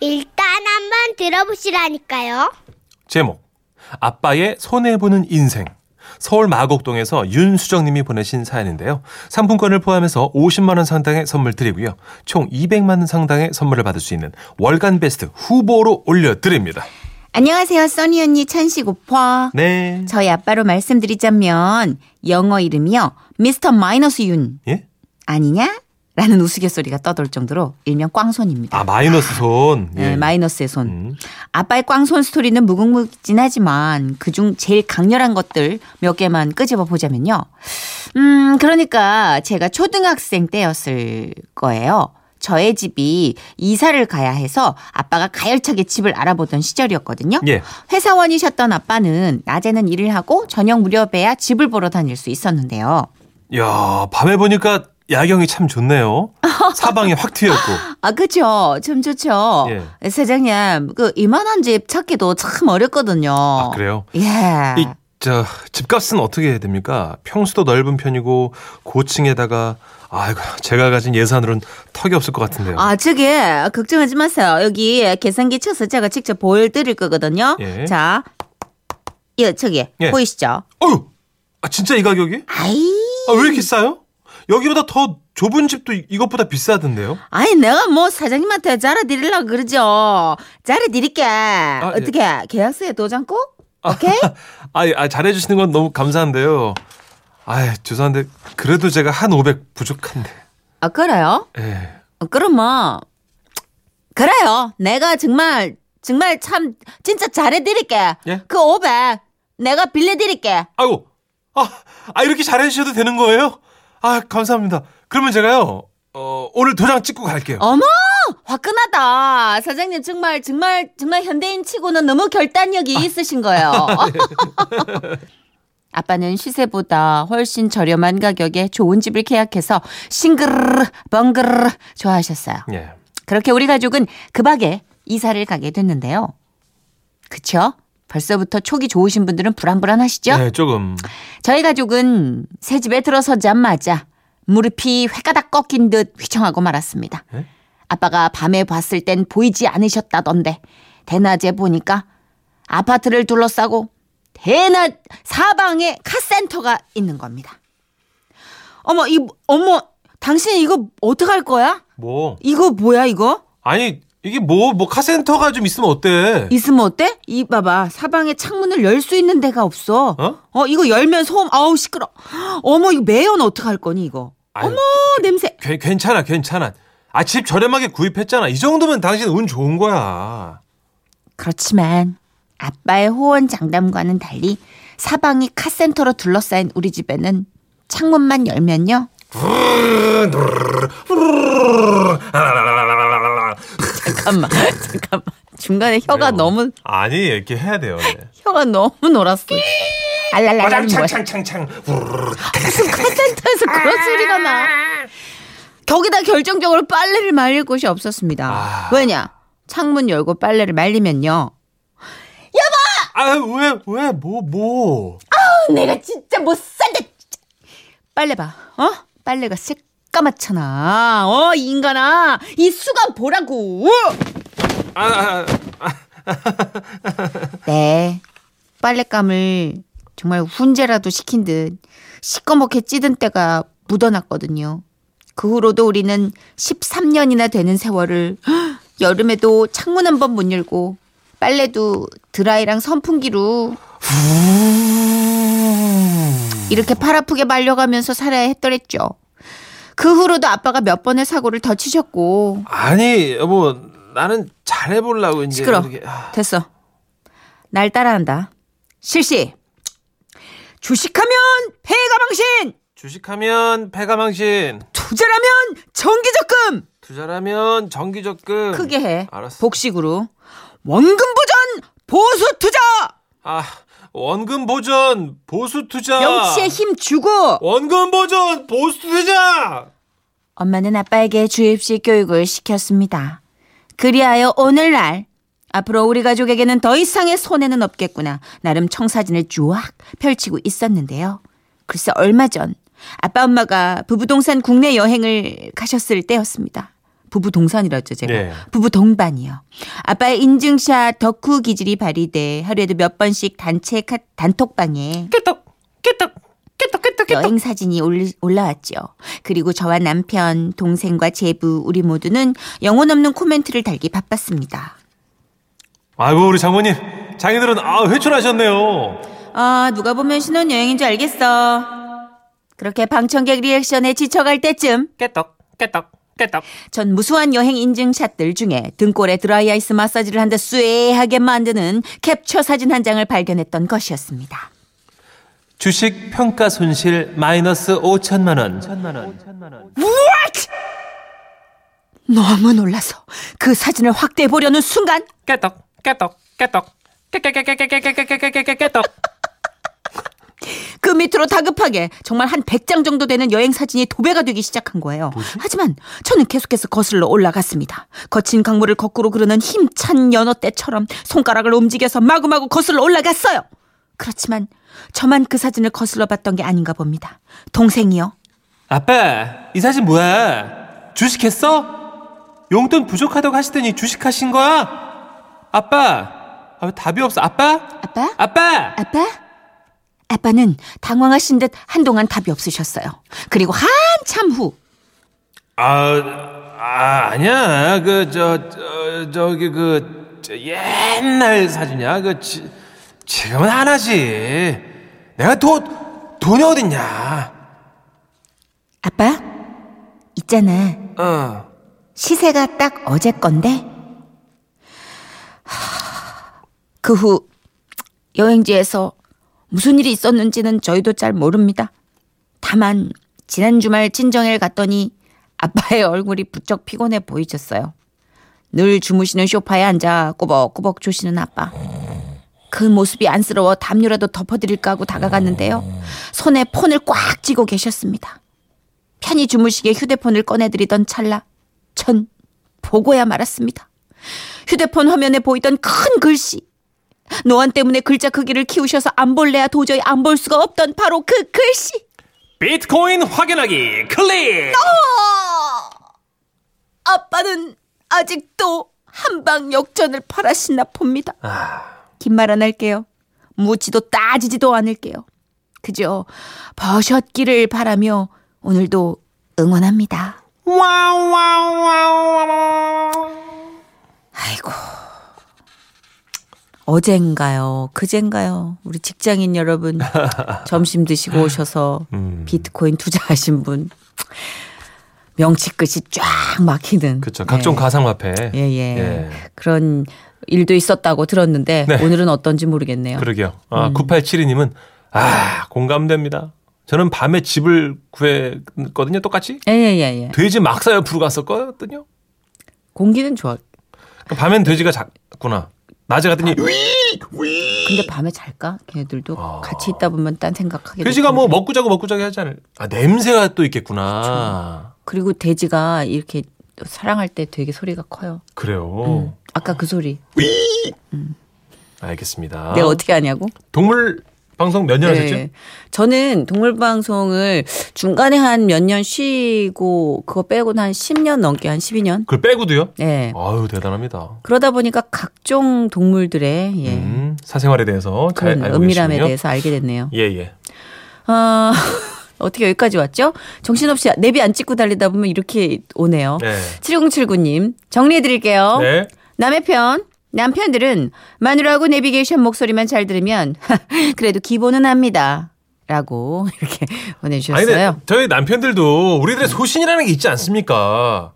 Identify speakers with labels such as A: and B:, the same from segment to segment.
A: 일단 한번 들어보시라니까요.
B: 제목 아빠의 손해보는 인생 서울 마곡동에서 윤수정님이 보내신 사연인데요. 상품권을 포함해서 50만 원 상당의 선물 드리고요. 총 200만 원 상당의 선물을 받을 수 있는 월간 베스트 후보로 올려드립니다.
C: 안녕하세요, 써니 언니 천식 오빠.
B: 네.
C: 저희 아빠로 말씀드리자면 영어 이름이요, 미스터 마이너스 윤
B: 예?
C: 아니냐? 라는 우스갯소리가 떠돌 정도로 일명 꽝손입니다.
B: 아 마이너스 손. 예.
C: 네, 마이너스의 손.
B: 음.
C: 아빠의 꽝손 스토리는 무궁무진하지만 그중 제일 강렬한 것들 몇 개만 끄집어 보자면요. 음, 그러니까 제가 초등학생 때였을 거예요. 저의 집이 이사를 가야 해서 아빠가 가열차게 집을 알아보던 시절이었거든요.
B: 예.
C: 회사원이셨던 아빠는 낮에는 일을 하고 저녁 무렵에야 집을 보러 다닐 수 있었는데요.
B: 야 밤에 보니까 야경이 참 좋네요. 사방이 확 트였고.
C: 아, 그죠? 참 좋죠.
B: 예.
C: 네, 사장님, 그 이만한 집 찾기도 참 어렵거든요.
B: 아 그래요?
C: 예.
B: 이, 저, 집값은 어떻게 해야 됩니까? 평수도 넓은 편이고 고층에다가 아이고 제가 가진 예산으로는 턱이 없을 것 같은데요.
C: 아, 저기 걱정하지 마세요. 여기 계산기 쳐서 제가 직접 보여드릴 거거든요.
B: 예.
C: 자, 이 저기
B: 예.
C: 보이시죠?
B: 어휴, 아 진짜 이 가격이?
C: 아이,
B: 아, 왜 이렇게 싸요? 여기보다 더 좁은 집도 이- 이것보다 비싸던데요.
C: 아이 내가 뭐 사장님한테 잘라드리려고 그러죠. 잘라드릴게.
B: 예.
C: 어떻게 계약서에 도장 꼭? 오케이?
B: 아, 예, 아 잘해주시는 건 너무 감사한데요. 아 죄송한데 그래도 제가 한 500 부족한데.
C: 아, 그래요?
B: 예.
C: 어, 그러면 그래요. 내가 정말 정말 참 진짜 잘해드릴게.
B: 예?
C: 그 500 내가 빌려드릴게.
B: 아이고, 아, 아 이렇게 잘해주셔도 되는 거예요? 아 감사합니다. 그러면 제가요 어, 오늘 도장 찍고 갈게요.
C: 어머 화끈하다 사장님 정말 정말 정말 현대인 치고는 너무 결단력이 있으신 거예요 아빠는 시세보다 훨씬 저렴한 가격에 좋은 집을 계약해서 싱그르르 벙그르르 좋아하셨어요
B: 예.
C: 그렇게 우리 가족은 급하게 이사를 가게 됐는데요 그쵸? 벌써부터 촉이 좋으신 분들은 불안불안하시죠?
B: 네, 조금.
C: 저희 가족은 새 집에 들어서자마자 무릎이 회가닥 꺾인 듯 휘청하고 말았습니다.
B: 에?
C: 아빠가 밤에 봤을 땐 보이지 않으셨다던데 대낮에 보니까 아파트를 둘러싸고 대낮 사방에 카센터가 있는 겁니다. 어머 이 어머 당신 이거 어떡할 거야?
B: 뭐.
C: 이거 뭐야 이거?
B: 아니, 이게 뭐, 뭐, 카센터가 좀 있으면 어때?
C: 있으면 어때? 이 봐봐 사방에 창문을 열 수 있는 데가 없어.
B: 어?
C: 이거 열면 소음 아우 시끄러. 어머 이거 매연 어떡할 거니 이거?
B: 아유.
C: 어머 냄새.
B: 괜- 괜찮아, 괜찮아. 아, 집 저렴하게 구입했잖아. 이 정도면 당신 운 좋은 거야.
C: 그렇지만 아빠의 호언 장담과는 달리 사방이 카센터로 둘러싸인 우리 집에는 창문만 열면요. 잠깐만 잠깐만 중간에 혀가
B: 그래요.
C: 너무
B: 아니, 이렇게 해야 돼요. 네.
C: 혀가 너무 놀았어. 알랄랄랄 뭐야?
B: 와장창창창창. 우르르르.
C: 무슨 콘텐츠에서 그런 소리가 나. 거기다 결정적으로 빨래를 말릴 곳이 없었습니다.
B: 아.
C: 왜냐? 창문 열고 빨래를 말리면요.
B: 아, 왜, 왜, 뭐, 뭐.
C: 내가 진짜 못 산다. 진짜. 빨래 봐. 어? 빨래가 새까맣잖아. 어, 이 인간아. 이 수건 보라고.
B: 아, 아, 아,
C: 네. 빨랫감을 정말 훈제라도 시킨 듯 시꺼멓게 찌든 때가 묻어났거든요. 그 후로도 우리는 13년이나 되는 세월을 여름에도 창문 한 번 못 열고 빨래도 드라이랑 선풍기로 이렇게 팔 아프게 말려가면서 살아야 했더랬죠. 그 후로도 아빠가 몇 번의 사고를 더 치셨고
B: 아니, 여보, 나는 잘해보려고 이제.
C: 시끄러.
B: 이렇게, 아.
C: 됐어. 날 따라한다. 실시. 주식하면 폐가망신,
B: 주식하면 패가망신.
C: 투자라면 정기적금.
B: 투자라면 정기적금.
C: 크게 해.
B: 음, 알았어.
C: 복식으로 원금 보전 보수 투자.
B: 아 원금 보전 보수 투자.
C: 명치에 힘 주고.
B: 원금 보전 보수 투자.
C: 엄마는 아빠에게 주입식 교육을 시켰습니다. 그리하여 오늘날 앞으로 우리 가족에게는 더 이상의 손해는 없겠구나 나름 청사진을 쫙 펼치고 있었는데요. 글쎄 얼마 전 아빠 엄마가 부부동산 국내 여행을 가셨을 때였습니다. 부부 동선이라죠, 제가.
B: 예.
C: 부부 동반이요. 아빠의 인증샷 덕후 기질이 발휘돼 하루에도 몇 번씩 단체 카, 단톡방에
B: 깨떡 깨떡 깨떡 깨떡 깨떡.
C: 여행 사진이 올- 올라왔죠. 그리고 저와 남편, 동생과 제부 우리 모두는 영혼 없는 코멘트를 달기 바빴습니다.
B: 아이고 우리 장모님 장인들은 아 회춘하셨네요.
C: 아, 누가 보면 신혼여행인 줄 알겠어. 그렇게 방청객 리액션에 지쳐갈 때쯤
B: 깨떡 깨떡 깨떡.
C: 전 무수한 여행 인증샷들 중에 등골에 드라이 아이스 마사지를 한 듯 쇠하게 만드는 캡처 사진 한 장을 발견했던 것이었습니다.
B: 주식 평가 손실 마이너스 5천만 원. 5천만 원.
C: 너무 놀라서 그 사진을 확대해 보려는 순간
B: 깨떡 깨떡 깨떡 깨깨깨깨깨깨깨깨깨깨깨떡.
C: 그 밑으로 다급하게 정말 한 100장 정도 되는 여행 사진이 도배가 되기 시작한 거예요. 하지만 저는 계속해서 거슬러 올라갔습니다. 거친 강물을 거꾸로 그르는 힘찬 연어 떼처럼 손가락을 움직여서 마구마구 거슬러 올라갔어요. 그렇지만 저만 그 사진을 거슬러 봤던 게 아닌가 봅니다. 동생이요.
B: 아빠 이 사진 뭐야? 주식했어? 용돈 부족하다고 하시더니 주식하신 거야? 아빠 아, 왜 답이 없어? 아빠
C: 아빠?
B: 아빠
C: 아빠? 아빠는 당황하신 듯 한동안 답이 없으셨어요. 그리고 한참 후
B: 아, 아 아니야 그 저 저, 저기 그 저, 옛날 사진이야 그 지, 지금은 안 하지 내가 돈 돈이 어딨냐
C: 아빠 있잖아.
B: 어
C: 시세가 딱 어제 건데. 그 후 여행지에서 무슨 일이 있었는지는 저희도 잘 모릅니다. 다만 지난 주말 친정에 갔더니 아빠의 얼굴이 부쩍 피곤해 보이셨어요. 늘 주무시는 소파에 앉아 꾸벅꾸벅 조시는 아빠. 그 모습이 안쓰러워 담요라도 덮어드릴까 하고 다가갔는데요. 손에 폰을 꽉 쥐고 계셨습니다. 편히 주무시게 휴대폰을 꺼내드리던 찰나 전 보고야 말았습니다. 휴대폰 화면에 보이던 큰 글씨. 노안 때문에 글자 크기를 키우셔서 안 볼래야 도저히 안 볼 수가 없던 바로 그 글씨.
B: 비트코인 확인하기 클릭
C: 어! 아빠는 아직도 한방 역전을 바라시나 봅니다.
B: 아,
C: 긴 말 안 할게요. 묻지도 따지지도 않을게요. 그저 버셨기를 바라며 오늘도 응원합니다.
B: 와우 와우 와우 와우
C: 아이고. 어젠가요, 그젠가요, 우리 직장인 여러분, 점심 드시고 오셔서
B: 음.
C: 비트코인 투자하신 분, 명치 끝이 쫙 막히는.
B: 그렇죠. 각종
C: 네.
B: 가상화폐.
C: 예, 예, 그런 일도 있었다고 들었는데,
B: 네.
C: 오늘은 어떤지 모르겠네요.
B: 그러게요.
C: 음.
B: 아, 9872님은 아, 공감됩니다. 저는 밤에 집을 구했거든요. 똑같이.
C: 예, 예, 예, 예.
B: 돼지 막사 옆으로 갔었거든요.
C: 공기는 좋아.
B: 그러니까 밤엔 돼지가 작구나. 낮에
C: 아,
B: 갔더니
C: 근데 밤에 잘까? 걔네들도 같이 있다 보면 딴 생각하게
B: 아. 돼지가
C: 되고.
B: 뭐 먹고 자고 먹고 자고 하지 않을. 아, 냄새가 또 있겠구나.
C: 그리고 돼지가 이렇게 사랑할 때 되게 소리가 커요.
B: 그래요
C: 아까 그 소리.
B: 알겠습니다.
C: 내가 네, 어떻게 하냐고?
B: 동물 방송 몇 년
C: 네.
B: 하셨죠?
C: 저는 동물방송을 중간에 한 몇 년 쉬고 그거 빼고는 한 10년 넘게 한 12년.
B: 그걸 빼고도요?
C: 네.
B: 아유, 대단합니다.
C: 그러다 보니까 각종 동물들의 예.
B: 음, 사생활에 대해서 잘
C: 그런
B: 알고
C: 은밀함에
B: 계시군요.
C: 대해서 알게 됐네요.
B: 예, 예.
C: 아, 어떻게 여기까지 왔죠? 정신없이 내비 안 찍고 달리다 보면 이렇게 오네요.
B: 네.
C: 7079님 정리해 드릴게요.
B: 네.
C: 남의 편 남편들은 마누라하고 내비게이션 목소리만 잘 들으면 그래도 기본은 합니다. 라고 이렇게
B: 아니,
C: 보내주셨어요.
B: 근데 저희 남편들도 우리들의 소신이라는 게 있지 않습니까?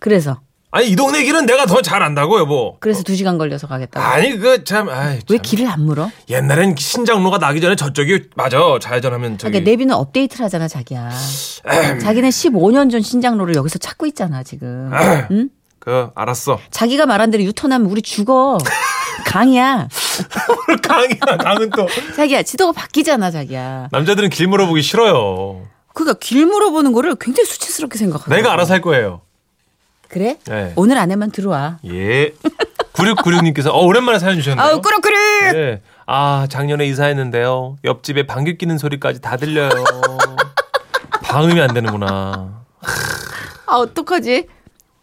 C: 그래서
B: 아니, 이 동네 길은 내가 더 잘 안다고, 여보.
C: 그래서 두 시간 걸려서 가겠다고.
B: 어. 아니, 그, 참, 아이.
C: 왜
B: 참.
C: 길을 안 물어?
B: 옛날엔 신장로가 나기 전에 저쪽이, 맞아. 좌회전하면 저기.
C: 그러니까 내비는 업데이트를 하잖아, 자기야. 자기는 15년 전 신장로를 여기서 찾고 있잖아, 지금. 응?
B: 그, 알았어.
C: 자기가 말한 대로 유턴하면 우리 죽어. 강이야.
B: 강이야, 강은 또.
C: 자기야, 지도가 바뀌잖아, 자기야.
B: 남자들은 길 물어보기 싫어요.
C: 그러니까 길 물어보는 거를 굉장히 수치스럽게 생각하고.
B: 내가 알아서 할 거예요.
C: 그래?
B: 네.
C: 오늘 안에만 들어와.
B: 예. 9696님께서, 어, 오랜만에 사연 주셨네요.
C: 아우, 꾸룩꾸룩!
B: 예. 아, 작년에 이사했는데요. 옆집에 방귀 뀌는 소리까지 다 들려요. 방음이 안 되는구나.
C: 아, 어떡하지?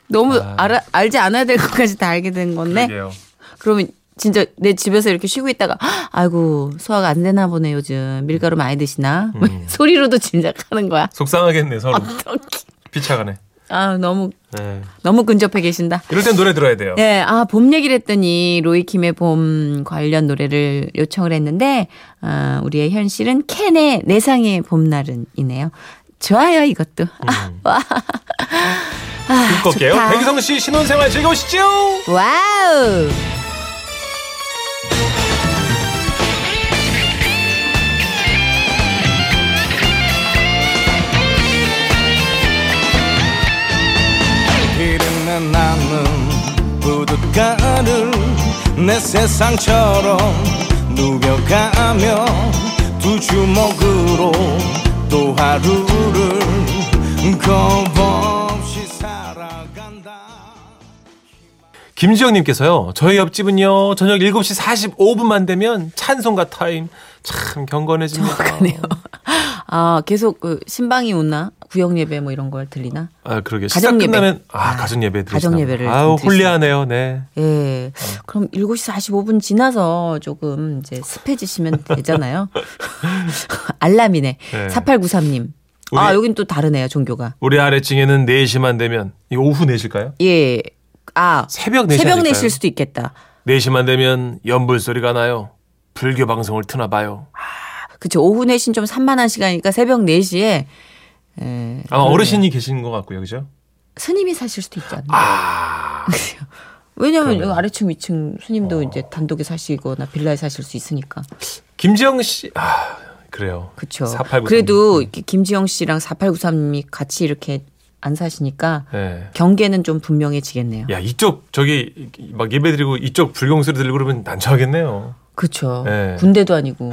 C: 너무
B: 아.
C: 알아, 알지 않아야 될 것까지 다 알게 된 건데.
B: 그러게요.
C: 그러면 진짜 내 집에서 이렇게 쉬고 있다가 "헉, 아이고 소화가 안 되나 보네 요즘 밀가루 많이 드시나 소리로도 짐작하는 거야.
B: 속상하겠네 서로.
C: 아. 어떡해.
B: 피차가네.
C: 아 너무
B: 네.
C: 너무 근접해 계신다.
B: 이럴 땐 노래 들어야 돼요.
C: 네, 아 봄 얘기를 했더니 로이킴의 봄 관련 노래를 요청을 했는데 아, 우리의 현실은 캔의 내상의 봄날은이네요. 좋아요 이것도. 아, 와. 아,
B: 볼게요.
C: 좋다.
B: 백희성 씨 신혼생활 즐거우시죠?
C: 와우.
D: 이름에 나는 부둣가를 내 세상처럼 누벼가며 두 주먹으로 또 하루를 겁없이 살아간다
B: 김지영님께서요. 저희 옆집은요. 저녁 7시 45분만 되면 찬송가 타임. 참 경건해집니다.
C: 그러네요. 아 계속 그 신방이 오나 구역 예배 뭐 이런 걸 들리나?
B: 아 그러게. 식사
C: 가정 예배.
B: 끝나면 아 가정 예배 드리시나
C: 가정 예배를
B: 보다. 아우
C: 좀 드리시나
B: 홀리하네요. 네.
C: 예. 그럼 7시 45분 지나서 조금 이제 습해지시면 되잖아요. 알람이네.
B: 네.
C: 4893님. 아,
B: 우리-
C: 여긴 또 다르네요, 종교가.
B: 우리 아래층에는 4시만 되면 이거 오후 4시일까요?
C: 예. 아.
B: 새벽 4시
C: 새벽
B: 아닐까요?
C: 내실 수도 있겠다.
B: 4시만 되면 연불 소리가 나요. 불교 방송을 트나 봐요.
C: 아, 그쵸. 오후 내신좀 산만한 시간이니까 새벽 4시에 예.
B: 아마 어르신이 계신 것 같고요. 그죠?
C: 스님이 사실 수도 있지 않나.
B: 아.
C: 그래요. 왜냐면 여기 아래층 위층 스님도
B: 어.
C: 이제 단독에 사시거나 빌라에 사실 수 있으니까.
B: 김지영 씨. 아, 그래요.
C: 그렇죠.
B: 4893.
C: 그래도 이렇게 김지영 씨랑 4893님이 같이 이렇게 안 사시니까
B: 네.
C: 경계는 좀 분명해지겠네요.
B: 야, 이쪽 저기 막 예배 드리고 이쪽 불경 소리 들리고 그러면 난처하겠네요.
C: 그렇죠.
B: 예.
C: 군대도 아니고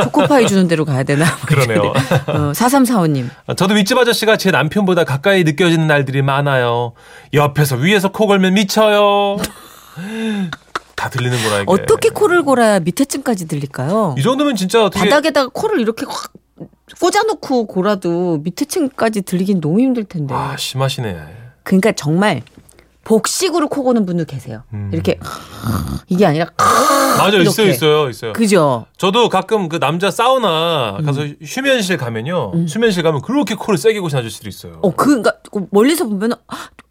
C: 초코파이 주는 대로 가야 되나?
B: 그러네요.
C: 어, 4345님.
B: 아, 저도 윗집 아저씨가 제 남편보다 가까이 느껴지는 날들이 많아요. 옆에서 위에서 코 걸면 미쳐요. 다 들리는구나 이게.
C: 어떻게 코를 골아야 밑에쯤까지 들릴까요?
B: 이 정도면 진짜 어떻게
C: 바닥에다가 코를 이렇게 확 꽂아놓고 골아도 밑에층까지 들리긴 너무 힘들 텐데.
B: 아, 심하시네.
C: 그러니까 정말 복식으로 코 고는 분도 계세요.
B: 음.
C: 이렇게 이게 아니라
B: 맞아 요 있어요
C: 이렇게.
B: 있어요 있어요.
C: 그죠? 음.
B: 저도 가끔 그 남자 사우나 가서 휴면실 가면요. 수면실 가면 그렇게 코를 세게 고신 아저씨들 있어요.
C: 어, 그, 그니까, 멀리서 보면, 은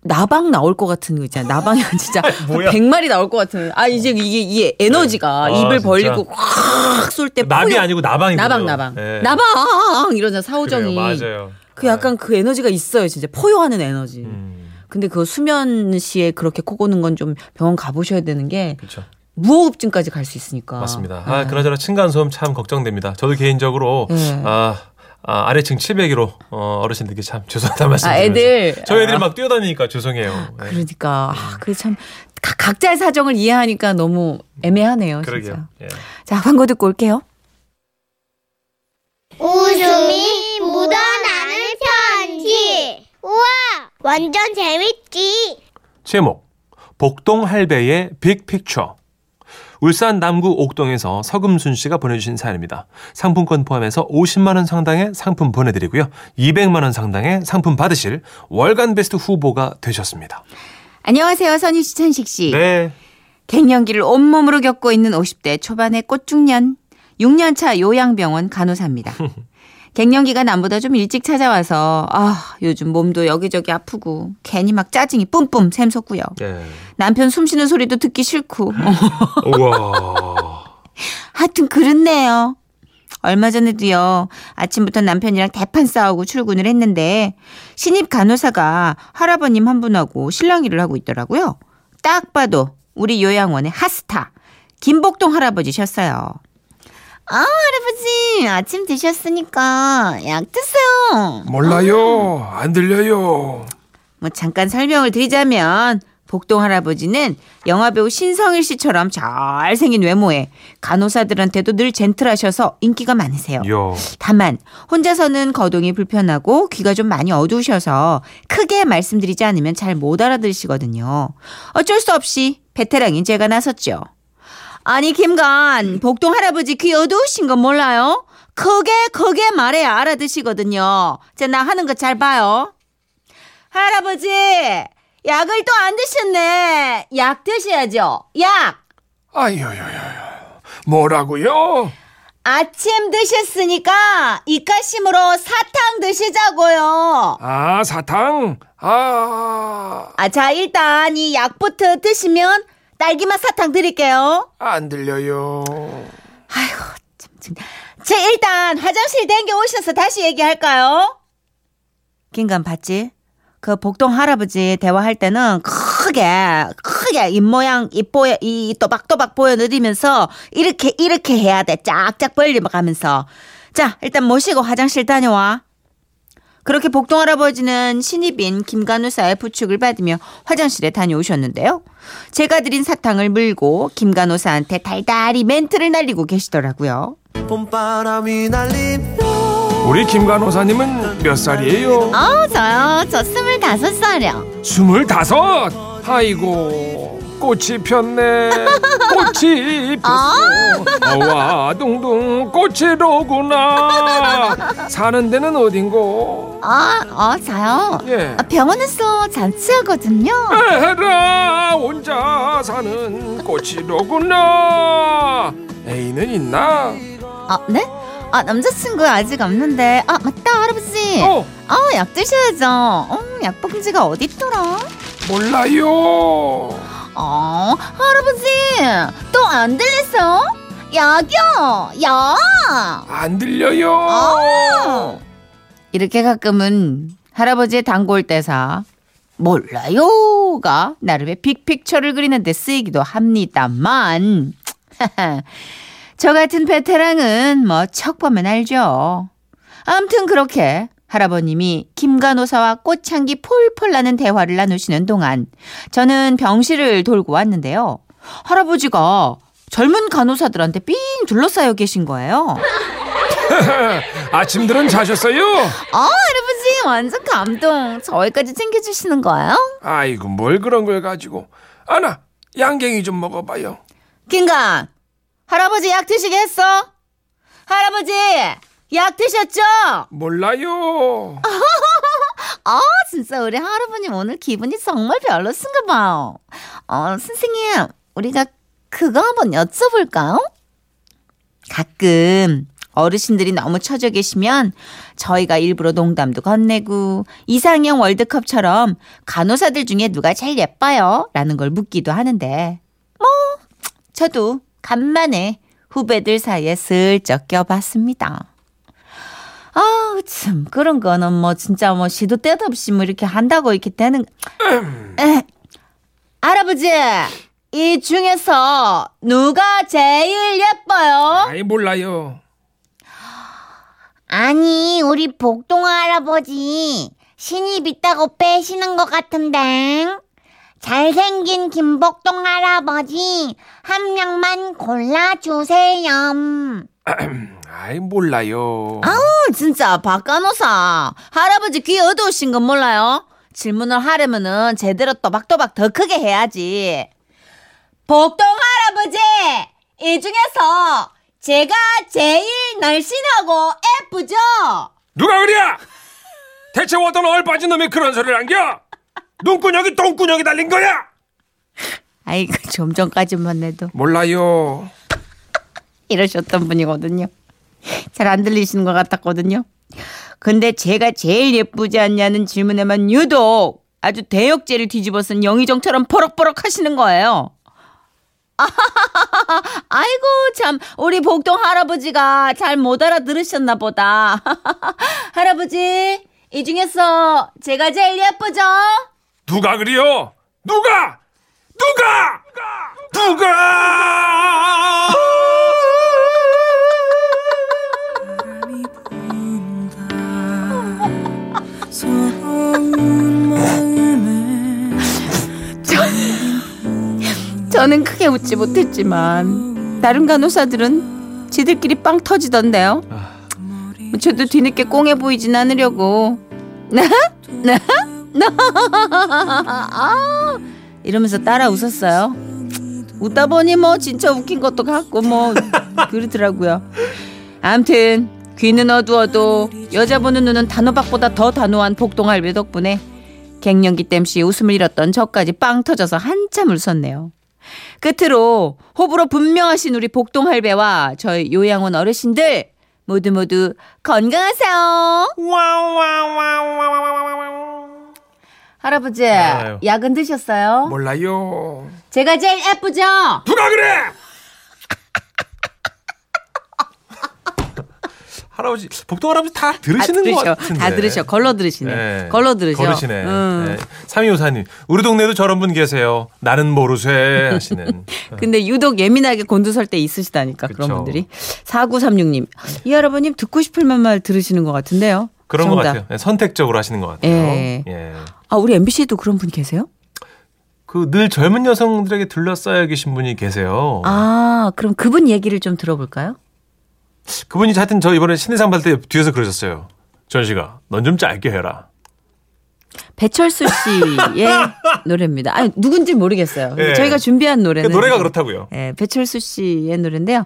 C: 나방 나올 것 같은 거 있잖아. 나방이 진짜.
B: 뭐야?
C: 100마리 나올 것 같은. 아, 이제 이게, 이 에너지가
B: 네. 아,
C: 입을
B: 진짜.
C: 벌리고 확 쏠 때.
B: 나비
C: 포효-
B: 아니고 나방이군요.
C: 나방, 나방.
B: 네.
C: 나방! 이러잖아, 사오정이.
B: 그래요, 맞아요.
C: 그 약간 그 에너지가 있어요, 진짜. 포효하는 에너지.
B: 음,
C: 근데 그 수면 시에 그렇게 코 고는 건 좀 병원 가보셔야 되는 게
B: 그렇죠.
C: 무호흡증까지 갈 수 있으니까.
B: 맞습니다. 아, 그나저나 층간소음 참 걱정됩니다. 저도 개인적으로
C: 네.
B: 아, 아, 아래층 701호 어, 어르신들께 참 죄송하다는 말씀
C: 아,
B: 드리면서
C: 애들.
B: 저희 애들이 막 뛰어다니니까 죄송해요. 네.
C: 그러니까. 아, 그참 각자의 사정을 이해하니까 너무 애매하네요, 진짜.
B: 그러게요. 예.
C: 자, 광고 듣고 올게요.
A: 웃음이 묻어나는 편지. 우와, 완전 재밌지.
B: 제목 복동 할배의 빅픽처 울산 남구 옥동에서 서금순 씨가 보내주신 사연입니다. 상품권 포함해서 50만 원 상당의 상품 보내드리고요. 200만 원 상당의 상품 받으실 월간 베스트 후보가 되셨습니다.
C: 안녕하세요, 선희 씨, 천식 씨.
B: 네.
C: 갱년기를 온몸으로 겪고 있는 50대 초반의 꽃중년, 6년차 요양병원 간호사입니다. 갱년기가 남보다 좀 일찍 찾아와서 아 요즘 몸도 여기저기 아프고 괜히 막 짜증이 뿜뿜 샘솟고요.
B: 예.
C: 남편 숨쉬는 소리도 듣기 싫고 어,
B: 우와.
C: 하여튼 그렇네요. 얼마 전에도요. 아침부터 남편이랑 대판 싸우고 출근을 했는데 신입 간호사가 할아버님 한 분하고 실랑이를 하고 있더라고요. 딱 봐도 우리 요양원의 핫스타 김복동 할아버지셨어요. 아 할아버지 아침 드셨으니까 약 드세요. 아.
E: 몰라요. 안 들려요.
C: 뭐 잠깐 설명을 드리자면 복동 할아버지는 영화배우 신성일 씨처럼 잘생긴 외모에 간호사들한테도 늘 젠틀하셔서 인기가 많으세요.
B: 요.
C: 다만 혼자서는 거동이 불편하고 귀가 좀 많이 어두우셔서 크게 말씀드리지 않으면 잘 못 알아들으시거든요. 어쩔 수 없이 베테랑인 제가 나섰죠. 아니 김간 복동 할아버지 귀 어두우신 건 몰라요? 크게 크게 말해야 알아드시거든요. 제 나 하는 거 잘 봐요. 할아버지 약을 또 안 드셨네. 약 드셔야죠. 약.
E: 아유요요. 뭐라고요?
C: 아침 드셨으니까 입가심으로 사탕 드시자고요.
E: 아 사탕. 아.
C: 아, 자, 일단 이 약부터 드시면 딸기맛 사탕 드릴게요.
E: 안 들려요.
C: 제 일단 화장실 댕겨 오셔서 다시 얘기할까요? 긴감 봤지? 그 복동 할아버지 대화할 때는 크게 크게 입 모양 입 보여 이 또박또박 보여드리면서 이렇게 이렇게 해야 돼 쫙쫙 벌려가면서 자 일단 모시고 화장실 다녀와 그렇게 복동 할아버지는 신입인 김간호사의 부축을 받으며 화장실에 다녀오셨는데요. 제가 드린 사탕을 물고 김간호사한테 달달이 멘트를 날리고 계시더라고요.
F: 봄바람이 날리며
E: 우리 김 간호사님은 몇 살이에요?
C: 어, 저요. 저 스물다섯 살이요.
E: 스물다섯. 아이고 꽃이 폈네. 꽃이
C: 어?
E: 폈어. 와 둥둥 꽃이로구나. 사는 데는 어딘고?
C: 아, 어, 저요.
E: 예.
C: 아, 병원에서 잠치하거든요.
E: 에라 혼자 사는 꽃이로구나. 애인은 있나?
C: 아, 네? 아, 남자친구 아직 없는데. 아, 맞다, 할아버지.
E: 어
C: 아, 약 드셔야죠. 어, 약봉지가 어디 있더라?
E: 몰라요.
C: 어, 할아버지. 또 안 들렸어? 약이요. 약.
E: 안 들려요.
C: 어? 아! 이렇게 가끔은 할아버지의 단골대사 몰라요가 나름의 빅픽처를 그리는데 쓰이기도 합니다만 저 같은 베테랑은 뭐 척 보면 알죠. 아무튼 그렇게 할아버님이 김간호사와 꽃향기 폴폴 나는 대화를 나누시는 동안 저는 병실을 돌고 왔는데요. 할아버지가 젊은 간호사들한테 삥 둘러싸여 계신 거예요.
E: 아침들은 자셨어요?
C: 어, 할아버지 완전 감동. 저희까지 챙겨주시는 거예요?
E: 아이고 뭘 그런 걸 가지고. 아나 양갱이 좀 먹어봐요.
C: 긴강, 할아버지 약 드시겠어? 할아버지 약 드셨죠? 아, 어?
E: 몰라요.
C: 진짜 우리 할아버님 오늘 기분이 정말 별로신가 봐요. 어, 선생님, 우리가 그거 한번 여쭤볼까요? 가끔 어르신들이 너무 처져 계시면 저희가 일부러 농담도 건네고 이상형 월드컵처럼 간호사들 중에 누가 제일 예뻐요? 라는 걸 묻기도 하는데 뭐 저도 간만에 후배들 사이에 슬쩍 껴봤습니다. 아우 참 그런 거는 뭐 진짜 뭐 시도 때도 없이 뭐 이렇게 한다고 이렇게 되는 에, 할아버지 이 중에서 누가 제일 예뻐요?
E: 아이 몰라요.
A: 아니, 우리 복동 할아버지 신입 있다고 빼시는 것 같은데. 잘생긴 김복동 할아버지 한 명만 골라주세요.
E: 아이 몰라요.
C: 아우 어, 진짜 박간호사 할아버지 귀 어두우신 건 몰라요? 질문을 하려면은 제대로 또박또박 더 크게 해야지. 복동 할아버지 이 중에서 제가 제일 날씬하고 예쁘죠?
E: 누가 그래야? 대체 어떤 얼빠진 놈이 그런 소리를 안겨? 눈구녕이 똥구녕이 달린 거야?
C: 아이고 좀 전까지만 해도
E: 몰라요.
C: 이러셨던 분이거든요. 잘 안 들리시는 것 같았거든요. 근데 제가 제일 예쁘지 않냐는 질문에만 유독 아주 대역죄를 뒤집어 쓴 영희정처럼 버럭버럭 하시는 거예요. 아하하하하, 아이고 참 우리 복동 할아버지가 잘 못 알아들으셨나 보다. 할아버지 이 중에서 제가 제일 예쁘죠?
E: 누가 그래요? 누가? 누가? 누가?
C: 저는 크게 웃지 못했지만 다른 간호사들은 지들끼리 빵 터지던데요. 저도 뒤늦게 꽁해 보이진 않으려고 아, 이러면서 따라 웃었어요. 웃다 보니 뭐 진짜 웃긴 것도 같고 뭐 그러더라고요. 암튼 귀는 어두워도 여자 보는 눈은 단호박보다 더 단호한 복동할배 덕분에 갱년기 땜시 웃음을 잃었던 저까지 빵 터져서 한참 웃었네요. 끝으로 호불호 분명하신 우리 복동 할배와 저희 요양원 어르신들 모두 모두 건강하세요. 할아버지
B: 아유. 뭐-
C: 야근 드셨어요?
E: 몰라요.
C: 제가 제일 예쁘죠?
E: 누가 그래?
B: 할아버지 복동 할아버지 다 들으시는
C: 다
B: 것
C: 들으셔.
B: 같은데.
C: 다 들으셔. 걸러 들으시네.
B: 네.
C: 걸러 들으셔.
B: 걸으시네.
C: 음.
B: 네. 3254님, 우리 동네도 저런 분 계세요. 나는 모르쇠 하시는.
C: 근데 유독 예민하게 곤두설 때 있으시다니까 그런
B: 그쵸.
C: 분들이 4936님 이 할아버님 듣고 싶을 만말 들으시는 것 같은데요
B: 그런 것
C: 정답.
B: 같아요. 네, 선택적으로 하시는 것 같아요.
C: 예. 아 우리 MBC에도 그런 분 계세요?
B: 네. 그 늘 젊은 여성들에게 둘러싸여 계신 분이 계세요.
C: 아 그럼 그분 얘기를 좀 들어볼까요?
B: 그분이 하여튼 저 이번에 신인상 받을 때 뒤에서 그러셨어요. 전 씨가 넌 좀 짧게 해라.
C: 배철수 씨의 노래입니다. 아니 누군지 모르겠어요. 근데
B: 예.
C: 저희가 준비한
B: 그
C: 노래는
B: 노래가 그렇다고요.
C: 예, 배철수 씨의 노래인데요.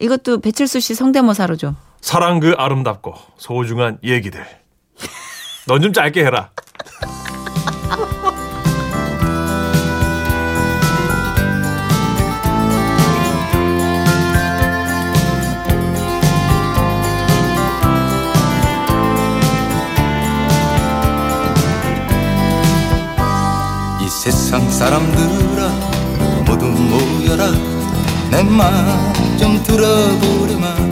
C: 이것도 배철수 씨 성대모사로 좀
B: 사랑 그 아름답고 소중한 얘기들. 넌 좀 짧게 해라.
D: 이 세상 사람들아 모두 모여라 내 말 좀 들어보렴아